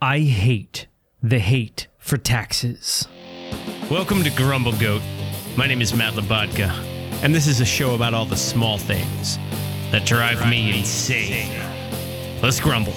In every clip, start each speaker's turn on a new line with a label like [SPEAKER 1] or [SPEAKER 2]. [SPEAKER 1] I hate the hate for taxes.
[SPEAKER 2] Welcome to Grumble Goat. My name is Matt Labodka, and this is a show about all the small things that drive me insane. Let's grumble.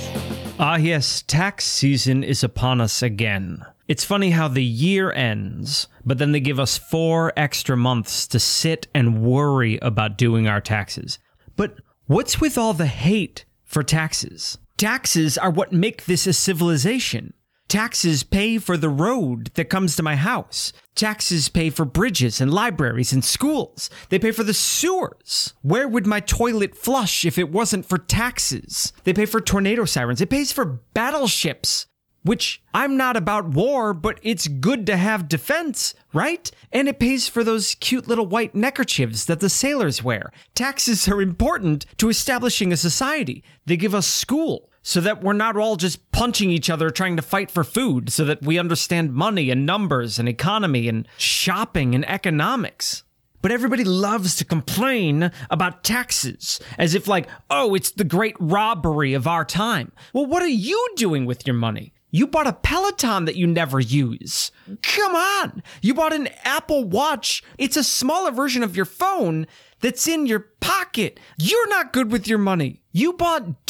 [SPEAKER 1] Ah, yes, tax season is upon us again. It's funny how the year ends, but then they give us four extra months to sit and worry about doing our taxes. But what's with all the hate for taxes? Taxes are what make this a civilization. Taxes pay for the road that comes to my house. Taxes pay for bridges and libraries and schools. They pay for the sewers. Where would my toilet flush if it wasn't for taxes? They pay for tornado sirens. It pays for battleships, which I'm not about war, but it's good to have defense, right? And it pays for those cute little white neckerchiefs that the sailors wear. Taxes are important to establishing a society. They give us school so that we're not all just punching each other trying to fight for food, so that we understand money and numbers and economy and shopping and economics. But everybody loves to complain about taxes as if, like, oh, it's the great robbery of our time. Well, what are you doing with your money? You bought a Peloton that you never use. Come on. You bought an Apple Watch. It's a smaller version of your phone that's in your pocket. You're not good with your money. You bought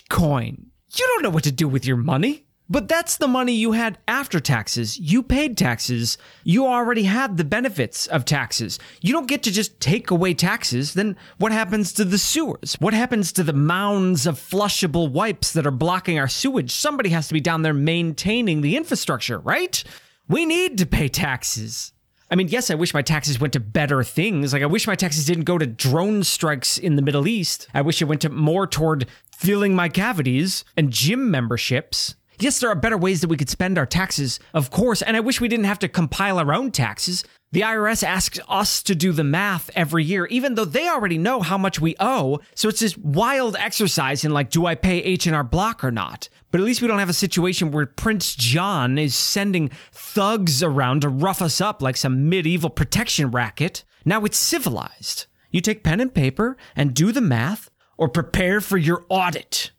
[SPEAKER 1] Dogecoin. You don't know what to do with your money. But that's the money you had after taxes. You paid taxes. You already had the benefits of taxes. You don't get to just take away taxes. Then what happens to the sewers? What happens to the mounds of flushable wipes that are blocking our sewage? Somebody has to be down there maintaining the infrastructure, right? We need to pay taxes. I mean, yes, I wish my taxes went to better things. Like, I wish my taxes didn't go to drone strikes in the Middle East. I wish it went to more toward filling my cavities and gym memberships. Yes, there are better ways that we could spend our taxes, of course, and I wish we didn't have to compile our own taxes. The IRS asks us to do the math every year, even though they already know how much we owe. So it's this wild exercise in like, do I pay H&R Block or not? But at least we don't have a situation where Prince John is sending thugs around to rough us up like some medieval protection racket. Now it's civilized. You take pen and paper and do the math or prepare for your audit.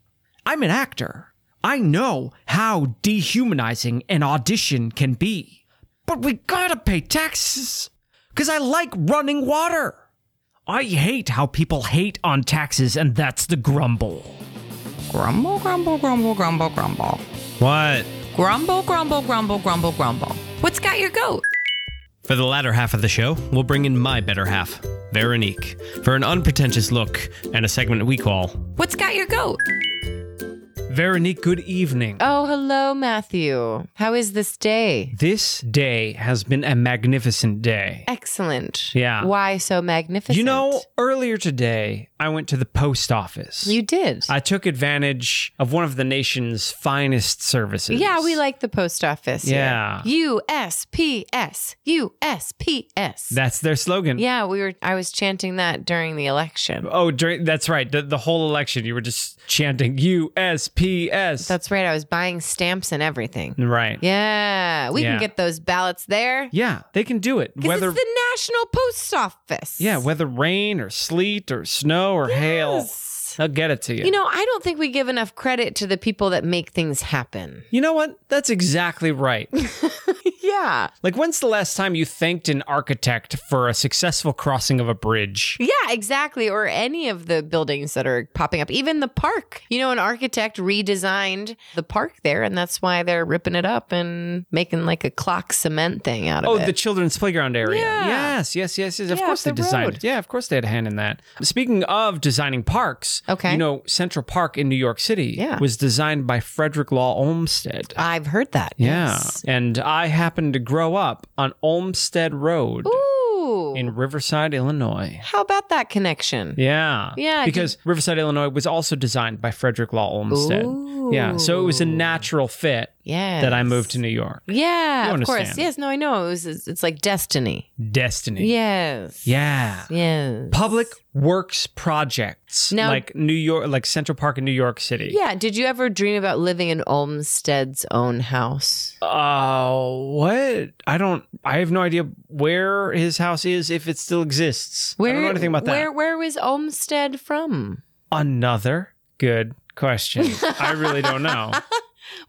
[SPEAKER 1] I'm an actor. I know how dehumanizing an audition can be. But we gotta pay taxes. Cause I like running water. I hate how people hate on taxes, and that's the grumble.
[SPEAKER 3] Grumble, grumble, grumble, grumble, grumble.
[SPEAKER 2] What?
[SPEAKER 3] Grumble, grumble, grumble, grumble, grumble. What's got your goat?
[SPEAKER 2] For the latter half of the show, we'll bring in my better half, Veronique, for an unpretentious look and a segment we call
[SPEAKER 3] What's got your goat?
[SPEAKER 1] Veronique, good evening.
[SPEAKER 4] Oh, hello, Matthew. How is this day?
[SPEAKER 1] This day has been a magnificent day.
[SPEAKER 4] Excellent.
[SPEAKER 1] Yeah.
[SPEAKER 4] Why so magnificent?
[SPEAKER 1] You know, earlier today, I went to the post office.
[SPEAKER 4] you did.
[SPEAKER 1] I took advantage of one of the nation's finest services.
[SPEAKER 4] yeah, we like the post office. here.
[SPEAKER 1] Yeah.
[SPEAKER 4] USPS. USPS.
[SPEAKER 1] That's their slogan.
[SPEAKER 4] yeah, we were. I was chanting that during the election.
[SPEAKER 1] Oh, during, that's right. The, the whole election, you were just chanting USPS.
[SPEAKER 4] That's right. I was buying stamps and everything.
[SPEAKER 1] right.
[SPEAKER 4] Yeah, we
[SPEAKER 1] Yeah.
[SPEAKER 4] can get those ballots there.
[SPEAKER 1] Yeah, they can do it.
[SPEAKER 4] 'Cause
[SPEAKER 1] Whether
[SPEAKER 4] it's the National Post Office.
[SPEAKER 1] yeah, whether rain or sleet or snow or hail,
[SPEAKER 4] Yes.
[SPEAKER 1] they'll get it to you.
[SPEAKER 4] You know, I don't think we give enough credit to the people that make things happen.
[SPEAKER 1] you know what? That's exactly right.
[SPEAKER 4] Yeah.
[SPEAKER 1] like, when's the last time you thanked an architect for a successful crossing of a bridge?
[SPEAKER 4] Yeah, exactly. Or any of the buildings that are popping up, even the park. You know, an architect redesigned the park there, and that's why they're ripping it up and making like a clock cement thing out of
[SPEAKER 1] Oh,
[SPEAKER 4] it.
[SPEAKER 1] the children's playground area.
[SPEAKER 4] Yeah.
[SPEAKER 1] Yes, yes, yes, yes. Of
[SPEAKER 4] Yeah,
[SPEAKER 1] course they
[SPEAKER 4] up the
[SPEAKER 1] designed.
[SPEAKER 4] road.
[SPEAKER 1] it. Yeah, of course they had a hand in that. Speaking of designing parks,
[SPEAKER 4] Okay.
[SPEAKER 1] you know Central Park in New York City
[SPEAKER 4] Yeah.
[SPEAKER 1] was designed by Frederick Law Olmsted.
[SPEAKER 4] I've heard that.
[SPEAKER 1] yeah,
[SPEAKER 4] yes.
[SPEAKER 1] and I happened to grow up on Olmsted Road
[SPEAKER 4] Ooh.
[SPEAKER 1] in Riverside, Illinois.
[SPEAKER 4] how about that connection?
[SPEAKER 1] Yeah.
[SPEAKER 4] Yeah,
[SPEAKER 1] Because Riverside, Illinois was also designed by Frederick Law Olmsted.
[SPEAKER 4] Ooh.
[SPEAKER 1] Yeah. So it was a natural fit
[SPEAKER 4] Yes.
[SPEAKER 1] that I moved to New York.
[SPEAKER 4] Yeah,
[SPEAKER 1] You
[SPEAKER 4] of course.
[SPEAKER 1] understand.
[SPEAKER 4] Yes, no, I know. It was, it's it's like destiny.
[SPEAKER 1] Destiny.
[SPEAKER 4] Yes.
[SPEAKER 1] Yeah.
[SPEAKER 4] Yes.
[SPEAKER 1] Public works projects
[SPEAKER 4] Now-
[SPEAKER 1] like New York, like Central Park in New York City.
[SPEAKER 4] Yeah. Did you ever dream about living in Olmsted's own house?
[SPEAKER 1] Uh, what? I don't. I have no idea where his house is, if it still exists. I don't know anything about that.
[SPEAKER 4] Where where was Olmsted from?
[SPEAKER 1] Another good question. I really don't know.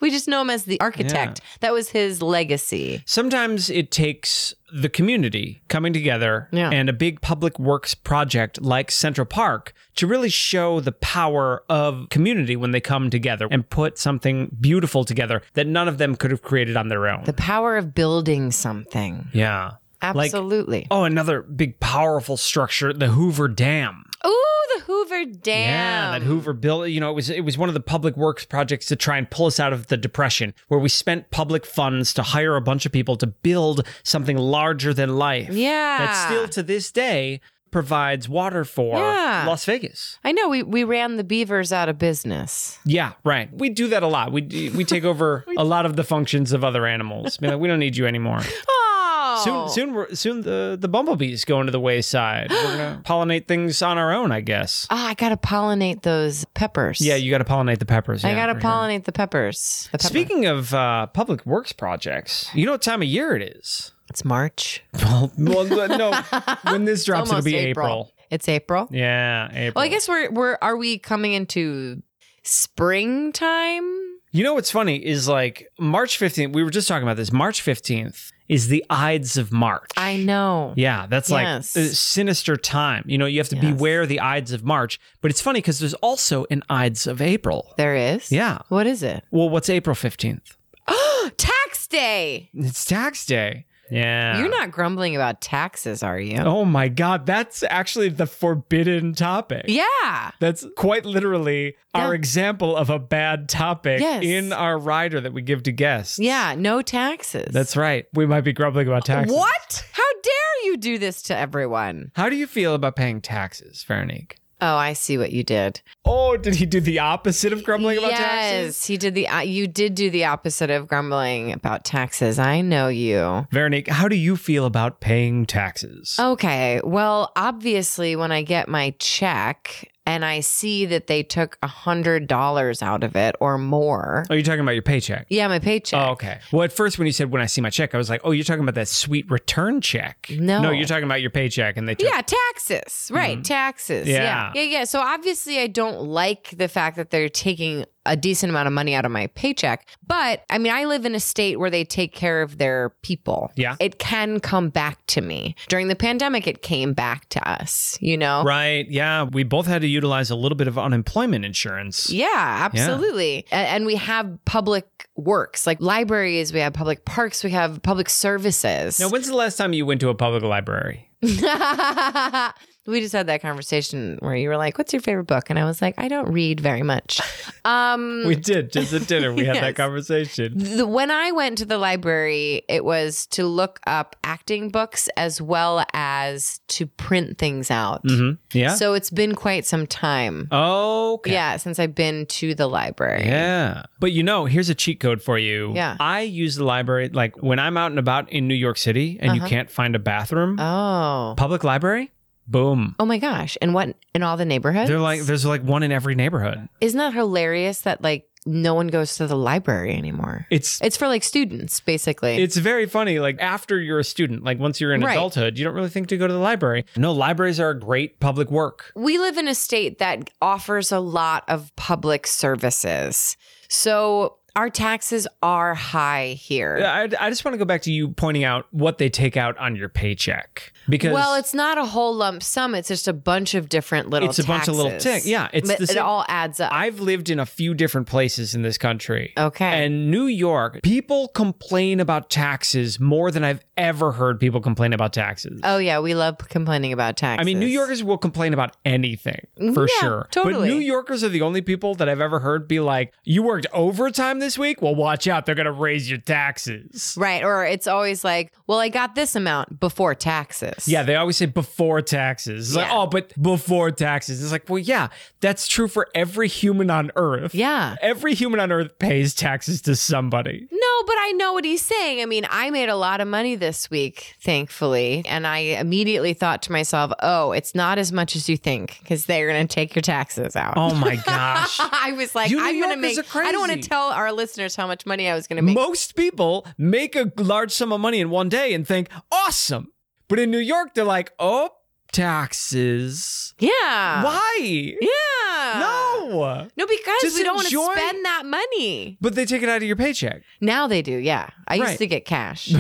[SPEAKER 4] We just know him as the architect. That was his legacy.
[SPEAKER 1] Sometimes it takes the community coming together
[SPEAKER 4] Yeah.
[SPEAKER 1] and a big public works project like Central Park to really show the power of community when they come together and put something beautiful together that none of them could have created on their own.
[SPEAKER 4] The power of building something.
[SPEAKER 1] yeah. Like,
[SPEAKER 4] Absolutely.
[SPEAKER 1] oh, another big powerful structure, the Hoover Dam.
[SPEAKER 4] Ooh, the Hoover Dam.
[SPEAKER 1] Yeah, that Hoover built. You know, it was it was one of the public works projects to try and pull us out of the depression, where we spent public funds to hire a bunch of people to build something larger than life.
[SPEAKER 4] Yeah.
[SPEAKER 1] that still to this day provides water for
[SPEAKER 4] Yeah.
[SPEAKER 1] Las Vegas.
[SPEAKER 4] I know we, we ran the beavers out of business.
[SPEAKER 1] Yeah, right. We do that a lot. We do- we take over a lot of the functions of other animals. Be like, we don't need you anymore.
[SPEAKER 4] Oh.
[SPEAKER 1] Soon, soon, we're, soon the the bumblebees go into the wayside. We're gonna pollinate things on our own, I guess.
[SPEAKER 4] Oh, I got to pollinate those peppers.
[SPEAKER 1] Yeah, you got to pollinate the peppers.
[SPEAKER 4] I
[SPEAKER 1] yeah,
[SPEAKER 4] got to
[SPEAKER 1] for sure.
[SPEAKER 4] pollinate the peppers. The pepper.
[SPEAKER 1] Speaking of uh, public works projects, you know what time of year it is?
[SPEAKER 4] it's March.
[SPEAKER 1] Well, no. When this drops, it'll
[SPEAKER 4] Almost
[SPEAKER 1] be April.
[SPEAKER 4] It's April.
[SPEAKER 1] Yeah, April.
[SPEAKER 4] Well, I guess we're we're are we coming into springtime?
[SPEAKER 1] you know what's funny is like March 15th. We were just talking about this. March 15th is the Ides of March.
[SPEAKER 4] I know.
[SPEAKER 1] Yeah, that's
[SPEAKER 4] Yes.
[SPEAKER 1] like a sinister time. You know, you have to
[SPEAKER 4] Yes.
[SPEAKER 1] beware the Ides of March. But it's funny because there's also an Ides of April.
[SPEAKER 4] There is.
[SPEAKER 1] Yeah.
[SPEAKER 4] What is it?
[SPEAKER 1] Well, what's April 15th?
[SPEAKER 4] Tax day.
[SPEAKER 1] It's tax day. Yeah.
[SPEAKER 4] You're not grumbling about taxes, are you?
[SPEAKER 1] Oh my God, that's actually the forbidden topic.
[SPEAKER 4] Yeah.
[SPEAKER 1] That's quite literally our
[SPEAKER 4] Yeah.
[SPEAKER 1] example of a bad topic
[SPEAKER 4] Yes.
[SPEAKER 1] in our rider that we give to guests.
[SPEAKER 4] Yeah, no taxes.
[SPEAKER 1] That's right. We might be grumbling about taxes.
[SPEAKER 4] What? How dare you do this to everyone?
[SPEAKER 1] How do you feel about paying taxes, Veronique?
[SPEAKER 4] Oh, I see what you did.
[SPEAKER 1] Oh, did he do the opposite of grumbling about
[SPEAKER 4] yes,
[SPEAKER 1] taxes?
[SPEAKER 4] he did the. Uh, you did do the opposite of grumbling about taxes. I know you.
[SPEAKER 1] Veronique, how do you feel about paying taxes?
[SPEAKER 4] Oh. Okay. Well, obviously, when I get my check and I see that they took a hundred dollars out of it or more,
[SPEAKER 1] Are you talking about your paycheck?
[SPEAKER 4] yeah, my paycheck.
[SPEAKER 1] Oh, okay. Well, at first, when you said when I see my check, I was like, oh, you're talking about that sweet return check.
[SPEAKER 4] No.
[SPEAKER 1] No, you're talking about your paycheck and they took.
[SPEAKER 4] Yeah, taxes. Right, taxes.
[SPEAKER 1] Mm-hmm. Yeah.
[SPEAKER 4] Yeah. yeah. Yeah, So obviously I don't like the fact that they're taking a decent amount of money out of my paycheck, but I mean I live in a state where they take care of their people.
[SPEAKER 1] Yeah.
[SPEAKER 4] It can come back to me. During the pandemic it came back to us, you know.
[SPEAKER 1] Right. Yeah. We both had to utilize a little bit of unemployment insurance.
[SPEAKER 4] Yeah, absolutely. A- And, we have public works, like libraries, we have public parks, we have public services.
[SPEAKER 1] Now, when's the last time you went to a public library?
[SPEAKER 4] we just had that conversation where you were like, "What's your favorite book?" and I was like, "I don't read very much." Um,
[SPEAKER 1] We did just at dinner. We had that
[SPEAKER 4] Yes.
[SPEAKER 1] conversation.
[SPEAKER 4] the, when I went to the library, it was to look up acting books as well as to print things out.
[SPEAKER 1] Mm-hmm. Yeah.
[SPEAKER 4] So it's been quite some time.
[SPEAKER 1] okay.
[SPEAKER 4] Yeah, since I've been to the library.
[SPEAKER 1] Yeah. But you know, here's a cheat code for you.
[SPEAKER 4] Yeah.
[SPEAKER 1] I use the library like when I'm out and about in New York City and you can't find a bathroom.
[SPEAKER 4] Uh-huh. Oh.
[SPEAKER 1] public library. Boom.
[SPEAKER 4] Oh my gosh. And what in all the neighborhoods?
[SPEAKER 1] They're like there's like one in every neighborhood.
[SPEAKER 4] Isn't that hilarious that like no one goes to the library anymore?
[SPEAKER 1] It's
[SPEAKER 4] It's for like students basically.
[SPEAKER 1] it's very funny. Like after you're a student, like once you're in
[SPEAKER 4] Right.
[SPEAKER 1] adulthood, you don't really think to go to the library. No, libraries are a great public work.
[SPEAKER 4] we live in a state that offers a lot of public services. So our taxes are high here.
[SPEAKER 1] I, I just want to go back to you pointing out what they take out on your paycheck because
[SPEAKER 4] Well, it's not a whole lump sum. It's just a bunch of different little.
[SPEAKER 1] It's a bunch of little
[SPEAKER 4] taxes.
[SPEAKER 1] tick. Yeah, it's
[SPEAKER 4] but
[SPEAKER 1] the
[SPEAKER 4] it
[SPEAKER 1] same-
[SPEAKER 4] all adds up.
[SPEAKER 1] I've lived in a few different places in this country.
[SPEAKER 4] Okay.
[SPEAKER 1] And New York, people complain about taxes more than I've ever heard people complain about taxes.
[SPEAKER 4] oh yeah, we love complaining about
[SPEAKER 1] I
[SPEAKER 4] taxes.
[SPEAKER 1] mean, New Yorkers will complain about anything for
[SPEAKER 4] Yeah,
[SPEAKER 1] sure. But
[SPEAKER 4] totally.
[SPEAKER 1] New Yorkers are the only people that I've ever heard be like, "You worked overtime this week? Well, watch out, they're going to raise your taxes."
[SPEAKER 4] Right, or it's always like, well, I got this amount before taxes.
[SPEAKER 1] Yeah, they always say before taxes. It's like,
[SPEAKER 4] Yeah.
[SPEAKER 1] "Oh, but before taxes." It's like, "Well, yeah, that's true for every human on earth."
[SPEAKER 4] yeah.
[SPEAKER 1] Every human on earth pays taxes to somebody.
[SPEAKER 4] No, but I know what he's saying. I mean, I made a lot of money this week, thankfully. And I immediately thought to myself, oh, it's not as much as you think because they're going to take your taxes out.
[SPEAKER 1] Oh my gosh.
[SPEAKER 4] I was like,
[SPEAKER 1] You New
[SPEAKER 4] I'm going to
[SPEAKER 1] Yorkers
[SPEAKER 4] make,
[SPEAKER 1] are
[SPEAKER 4] I don't want
[SPEAKER 1] crazy.
[SPEAKER 4] to tell our listeners how much money I was going to make.
[SPEAKER 1] Most people make a large sum of money in one day and think, awesome. But in New York, they're like, oh, taxes.
[SPEAKER 4] yeah.
[SPEAKER 1] Why?
[SPEAKER 4] Uh, Yeah.
[SPEAKER 1] No. No.
[SPEAKER 4] No, because
[SPEAKER 1] Just
[SPEAKER 4] we don't
[SPEAKER 1] enjoy-
[SPEAKER 4] want to spend that money.
[SPEAKER 1] But they take it out of your paycheck.
[SPEAKER 4] Now they do, yeah. I
[SPEAKER 1] Right.
[SPEAKER 4] used to get cash.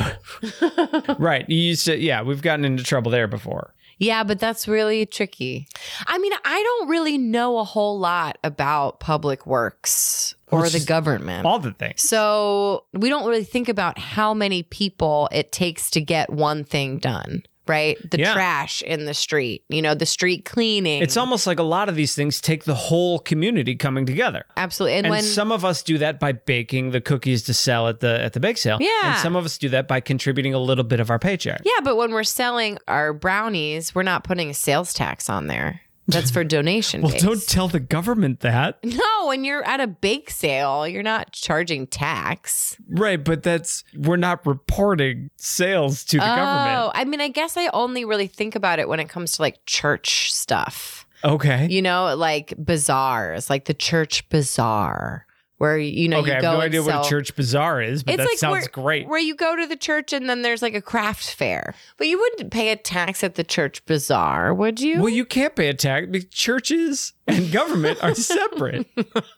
[SPEAKER 1] Right. You used to, yeah, we've gotten into trouble there before.
[SPEAKER 4] yeah, but that's really tricky. I mean, I don't really know a whole lot about public works
[SPEAKER 1] Well,
[SPEAKER 4] or
[SPEAKER 1] it's
[SPEAKER 4] the
[SPEAKER 1] just
[SPEAKER 4] government.
[SPEAKER 1] All the things.
[SPEAKER 4] So we don't really think about how many people it takes to get one thing done, right? The
[SPEAKER 1] Yeah.
[SPEAKER 4] trash in the street, you know, the street cleaning.
[SPEAKER 1] It's almost like a lot of these things take the whole community coming together.
[SPEAKER 4] absolutely. And,
[SPEAKER 1] And
[SPEAKER 4] when
[SPEAKER 1] some of us do that by baking the cookies to sell at the at the bake sale.
[SPEAKER 4] Yeah.
[SPEAKER 1] And some of us do that by contributing a little bit of our paycheck.
[SPEAKER 4] yeah, but when we're selling our brownies, we're not putting a sales tax on there. That's for donation.
[SPEAKER 1] Well,
[SPEAKER 4] based.
[SPEAKER 1] don't tell the government that.
[SPEAKER 4] no, when you're at a bake sale, you're not charging tax.
[SPEAKER 1] Right, but that's we're not reporting sales to the
[SPEAKER 4] Oh, I mean, I guess I only really think about it when it comes to like church stuff.
[SPEAKER 1] government. Okay.
[SPEAKER 4] you know, like bazaars, like the church bazaar, where you know
[SPEAKER 1] okay, I
[SPEAKER 4] you
[SPEAKER 1] have
[SPEAKER 4] go
[SPEAKER 1] no
[SPEAKER 4] and
[SPEAKER 1] idea
[SPEAKER 4] sell-
[SPEAKER 1] what a church bazaar is, but
[SPEAKER 4] It's
[SPEAKER 1] that
[SPEAKER 4] like
[SPEAKER 1] sounds
[SPEAKER 4] where-
[SPEAKER 1] great.
[SPEAKER 4] Where you go to the church and then there's like a craft fair, but you wouldn't pay a tax at the church bazaar, would you?
[SPEAKER 1] Well, you can't pay a tax because churches and government are separate.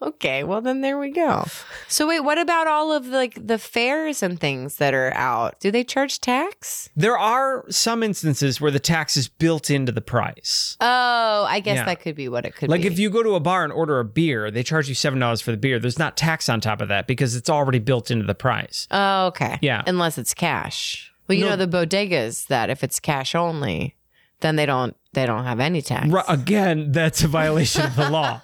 [SPEAKER 4] okay, well then there we go. So wait, what about all of like the fairs and things that are out? Do they charge tax?
[SPEAKER 1] there are some instances where the tax is built into the price.
[SPEAKER 4] Oh, I guess
[SPEAKER 1] Yeah.
[SPEAKER 4] that could be what it could
[SPEAKER 1] Like
[SPEAKER 4] be.
[SPEAKER 1] if you go to a bar and order a beer, they charge you seven dollars for the beer. There's not tax on top of that because it's already built into the price.
[SPEAKER 4] Oh, okay.
[SPEAKER 1] Yeah.
[SPEAKER 4] Unless it's cash. Well, you
[SPEAKER 1] No.
[SPEAKER 4] know the bodegas that if it's cash only, then they don't they don't have any tax.
[SPEAKER 1] Ru- again, that's a violation of the law.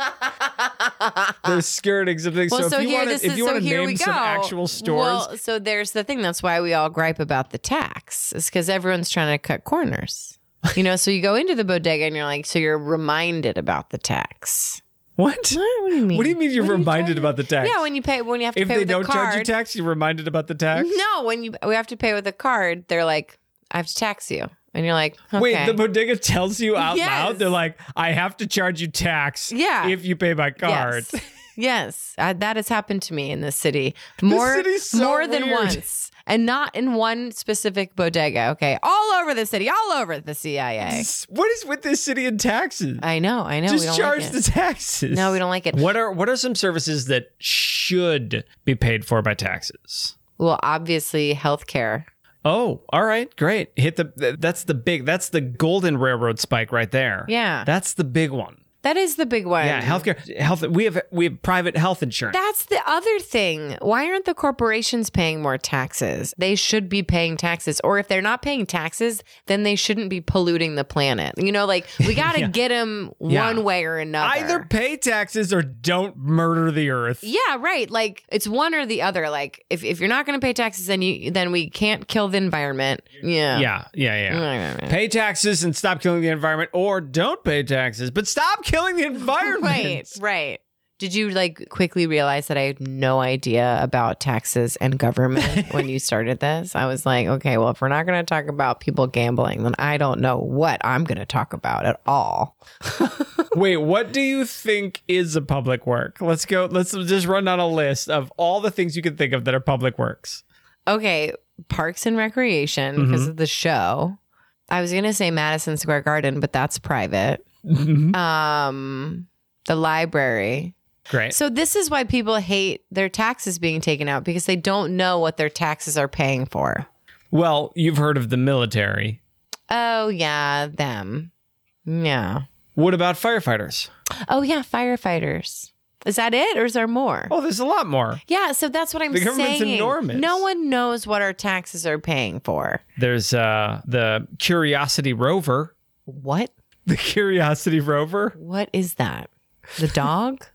[SPEAKER 1] They're skirting something.
[SPEAKER 4] Well, so,
[SPEAKER 1] so, if you
[SPEAKER 4] here
[SPEAKER 1] want
[SPEAKER 4] this
[SPEAKER 1] to, if
[SPEAKER 4] is
[SPEAKER 1] you
[SPEAKER 4] so
[SPEAKER 1] want to
[SPEAKER 4] here we
[SPEAKER 1] name
[SPEAKER 4] go.
[SPEAKER 1] some actual stores,
[SPEAKER 4] Well, so there's the thing. That's why we all gripe about the tax is because everyone's trying to cut corners. You know, so you go into the bodega and you're like, so you're reminded about the tax.
[SPEAKER 1] what?
[SPEAKER 4] What do you mean?
[SPEAKER 1] What do you mean you're reminded about the tax?
[SPEAKER 4] Yeah, when you pay, when you have to
[SPEAKER 1] if
[SPEAKER 4] pay
[SPEAKER 1] they
[SPEAKER 4] with
[SPEAKER 1] don't
[SPEAKER 4] a card.
[SPEAKER 1] charge you tax, you're reminded about the tax.
[SPEAKER 4] No, when you we have to pay with a card, they're like, I have to tax you, and you're like, okay.
[SPEAKER 1] Wait, the bodega tells you out
[SPEAKER 4] Yes.
[SPEAKER 1] loud. They're like, "I have to charge you tax,
[SPEAKER 4] Yeah.
[SPEAKER 1] if you pay by card."
[SPEAKER 4] Yes, yes. Uh, that has happened to me in this city more,
[SPEAKER 1] city's so
[SPEAKER 4] more than
[SPEAKER 1] weird.
[SPEAKER 4] once, and not in one specific bodega. Okay, all over the city, all over the CIA.
[SPEAKER 1] What is with this city and taxes?
[SPEAKER 4] I know, I know. we
[SPEAKER 1] Just
[SPEAKER 4] don't
[SPEAKER 1] charge
[SPEAKER 4] like it.
[SPEAKER 1] the taxes.
[SPEAKER 4] No, we don't like it.
[SPEAKER 1] What are what are some services that should be paid for by taxes?
[SPEAKER 4] Well, obviously, healthcare.
[SPEAKER 1] Oh, all right, great. Hit the th- that's the big that's the golden railroad spike right there.
[SPEAKER 4] Yeah.
[SPEAKER 1] That's the big one.
[SPEAKER 4] That is the big one.
[SPEAKER 1] Yeah, healthcare health we have we have private health insurance.
[SPEAKER 4] That's the other thing. Why aren't the corporations paying more taxes? They should be paying taxes. Or if they're not paying taxes, then they shouldn't be polluting the planet. You know, like we got to 'em get them
[SPEAKER 1] Yeah.
[SPEAKER 4] one way or another.
[SPEAKER 1] Either pay taxes or don't murder the earth.
[SPEAKER 4] Yeah, right. Like it's one or the other. Like if, if you're not going to pay taxes, then you then we can't kill the environment. Yeah.
[SPEAKER 1] Yeah, yeah, yeah.
[SPEAKER 4] Right, right, right.
[SPEAKER 1] Pay taxes and stop killing the environment, or don't pay taxes, but stop killing the environment.
[SPEAKER 4] Right, right. Did you like quickly realize that I had no idea about taxes and government when you started this? I was like, okay, well, if we're not going to talk about people gambling, then I don't know what I'm going to talk about at all.
[SPEAKER 1] Wait, what do you think is a public work? Let's go. Let's just run down a list of all the things you can think of that are public works.
[SPEAKER 4] Okay, parks and recreation because of the show. I was going to say Madison Square Garden, but that's private. Mm-hmm. Um, the library.
[SPEAKER 1] Great.
[SPEAKER 4] So this is why people hate their taxes being taken out because they don't know what their taxes are paying for.
[SPEAKER 1] Well, you've heard of the military.
[SPEAKER 4] Oh yeah, them. Yeah.
[SPEAKER 1] What about firefighters?
[SPEAKER 4] Oh yeah, firefighters. Is that it, or is there more?
[SPEAKER 1] Oh, there's a lot more.
[SPEAKER 4] Yeah, so that's what I'm
[SPEAKER 1] The government's
[SPEAKER 4] saying.
[SPEAKER 1] enormous.
[SPEAKER 4] No one knows what our taxes are paying for.
[SPEAKER 1] There's uh, the Curiosity rover.
[SPEAKER 4] What?
[SPEAKER 1] The Curiosity rover.
[SPEAKER 4] What is that? The dog?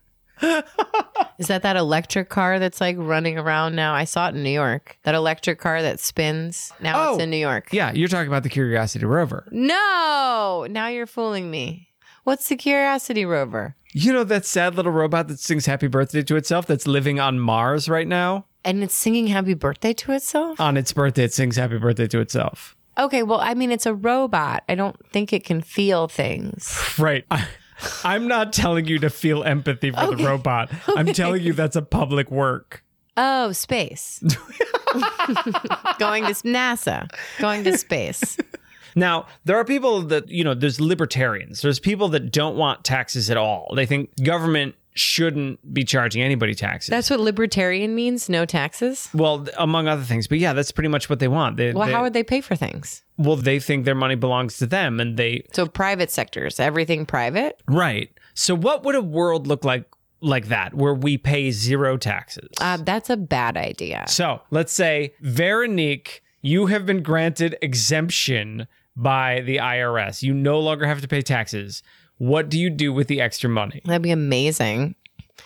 [SPEAKER 4] is that that electric car that's like running around now? I saw it in New York. That electric car that spins. Now
[SPEAKER 1] Oh.
[SPEAKER 4] it's in New York.
[SPEAKER 1] Yeah, you're talking about the Curiosity rover.
[SPEAKER 4] No, now you're fooling me. What's the Curiosity rover?
[SPEAKER 1] You know that sad little robot that sings "Happy Birthday" to itself that's living on Mars right now.
[SPEAKER 4] And it's singing happy birthday to itself?
[SPEAKER 1] On its birthday, it sings "Happy Birthday" to itself.
[SPEAKER 4] Okay, well, I mean, it's a robot. I don't think it can feel things.
[SPEAKER 1] Right. I, I'm not telling you to feel empathy for the robot. I'm telling you that's a public work.
[SPEAKER 4] Oh, space. going to s- NASA, going to space.
[SPEAKER 1] Now, there are people that, you know, there's libertarians. There's people that don't want taxes at all. They think government shouldn't be charging anybody taxes.
[SPEAKER 4] That's what libertarian means, no taxes?
[SPEAKER 1] well, th- among other things, but yeah, that's pretty much what they want. They,
[SPEAKER 4] Well,
[SPEAKER 1] they-
[SPEAKER 4] how would they pay for things?
[SPEAKER 1] well, they think their money belongs to them, and they
[SPEAKER 4] So private sectors, everything private?
[SPEAKER 1] right. So, what would a world look like like that, where we pay zero taxes?
[SPEAKER 4] Uh, that's a bad idea.
[SPEAKER 1] So let's say, Veronique, you have been granted exemption by the IRS. You no longer have to pay taxes. What do you do with the extra money?
[SPEAKER 4] That'd be amazing.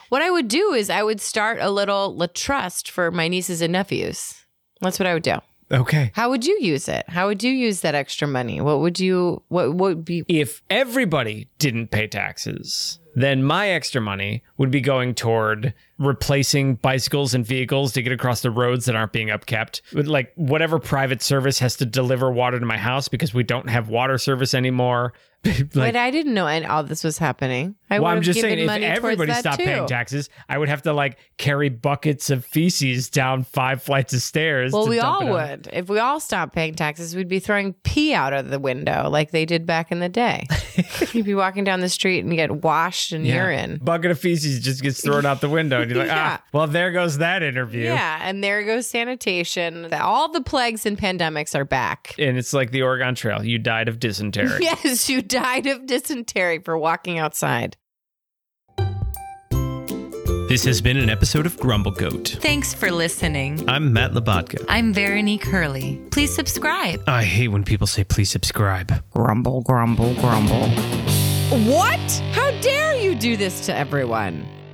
[SPEAKER 4] What I would do is I would start a little La Trust for my nieces and nephews. That's what I would do.
[SPEAKER 1] Okay.
[SPEAKER 4] How would you use it? How would you use that extra money? What would you what would be
[SPEAKER 1] If everybody didn't pay taxes, then my extra money would be going toward replacing bicycles and vehicles to get across the roads that aren't being upkept. With like whatever private service has to deliver water to my house because we don't have water service anymore. like,
[SPEAKER 4] But I didn't know and all this was happening. I
[SPEAKER 1] well,
[SPEAKER 4] would
[SPEAKER 1] I'm
[SPEAKER 4] have
[SPEAKER 1] just
[SPEAKER 4] given
[SPEAKER 1] saying, if
[SPEAKER 4] money towards
[SPEAKER 1] everybody
[SPEAKER 4] that
[SPEAKER 1] stopped
[SPEAKER 4] too.
[SPEAKER 1] paying taxes, I would have to like carry buckets of feces down five flights of stairs.
[SPEAKER 4] Well,
[SPEAKER 1] to
[SPEAKER 4] we
[SPEAKER 1] dump
[SPEAKER 4] all
[SPEAKER 1] it on-
[SPEAKER 4] would. If we all stopped paying taxes, we'd be throwing pee out of the window like they did back in the day. You'd be walking down the street and get washed in
[SPEAKER 1] Yeah.
[SPEAKER 4] urine.
[SPEAKER 1] Bucket of feces just gets thrown out the window, and you're like,
[SPEAKER 4] Yeah.
[SPEAKER 1] ah, well, there goes that interview.
[SPEAKER 4] Yeah, and there goes sanitation. All the plagues and pandemics are back.
[SPEAKER 1] And it's like the Oregon Trail. You died of dysentery.
[SPEAKER 4] Yes, you died of dysentery for walking outside.
[SPEAKER 2] This has been an episode of Grumble Goat.
[SPEAKER 3] Thanks for listening.
[SPEAKER 2] I'm Matt Labatka.
[SPEAKER 3] I'm Veronique Hurley. Please subscribe.
[SPEAKER 2] I hate when people say please subscribe.
[SPEAKER 4] Grumble, grumble, grumble. What? How dare you do this to everyone?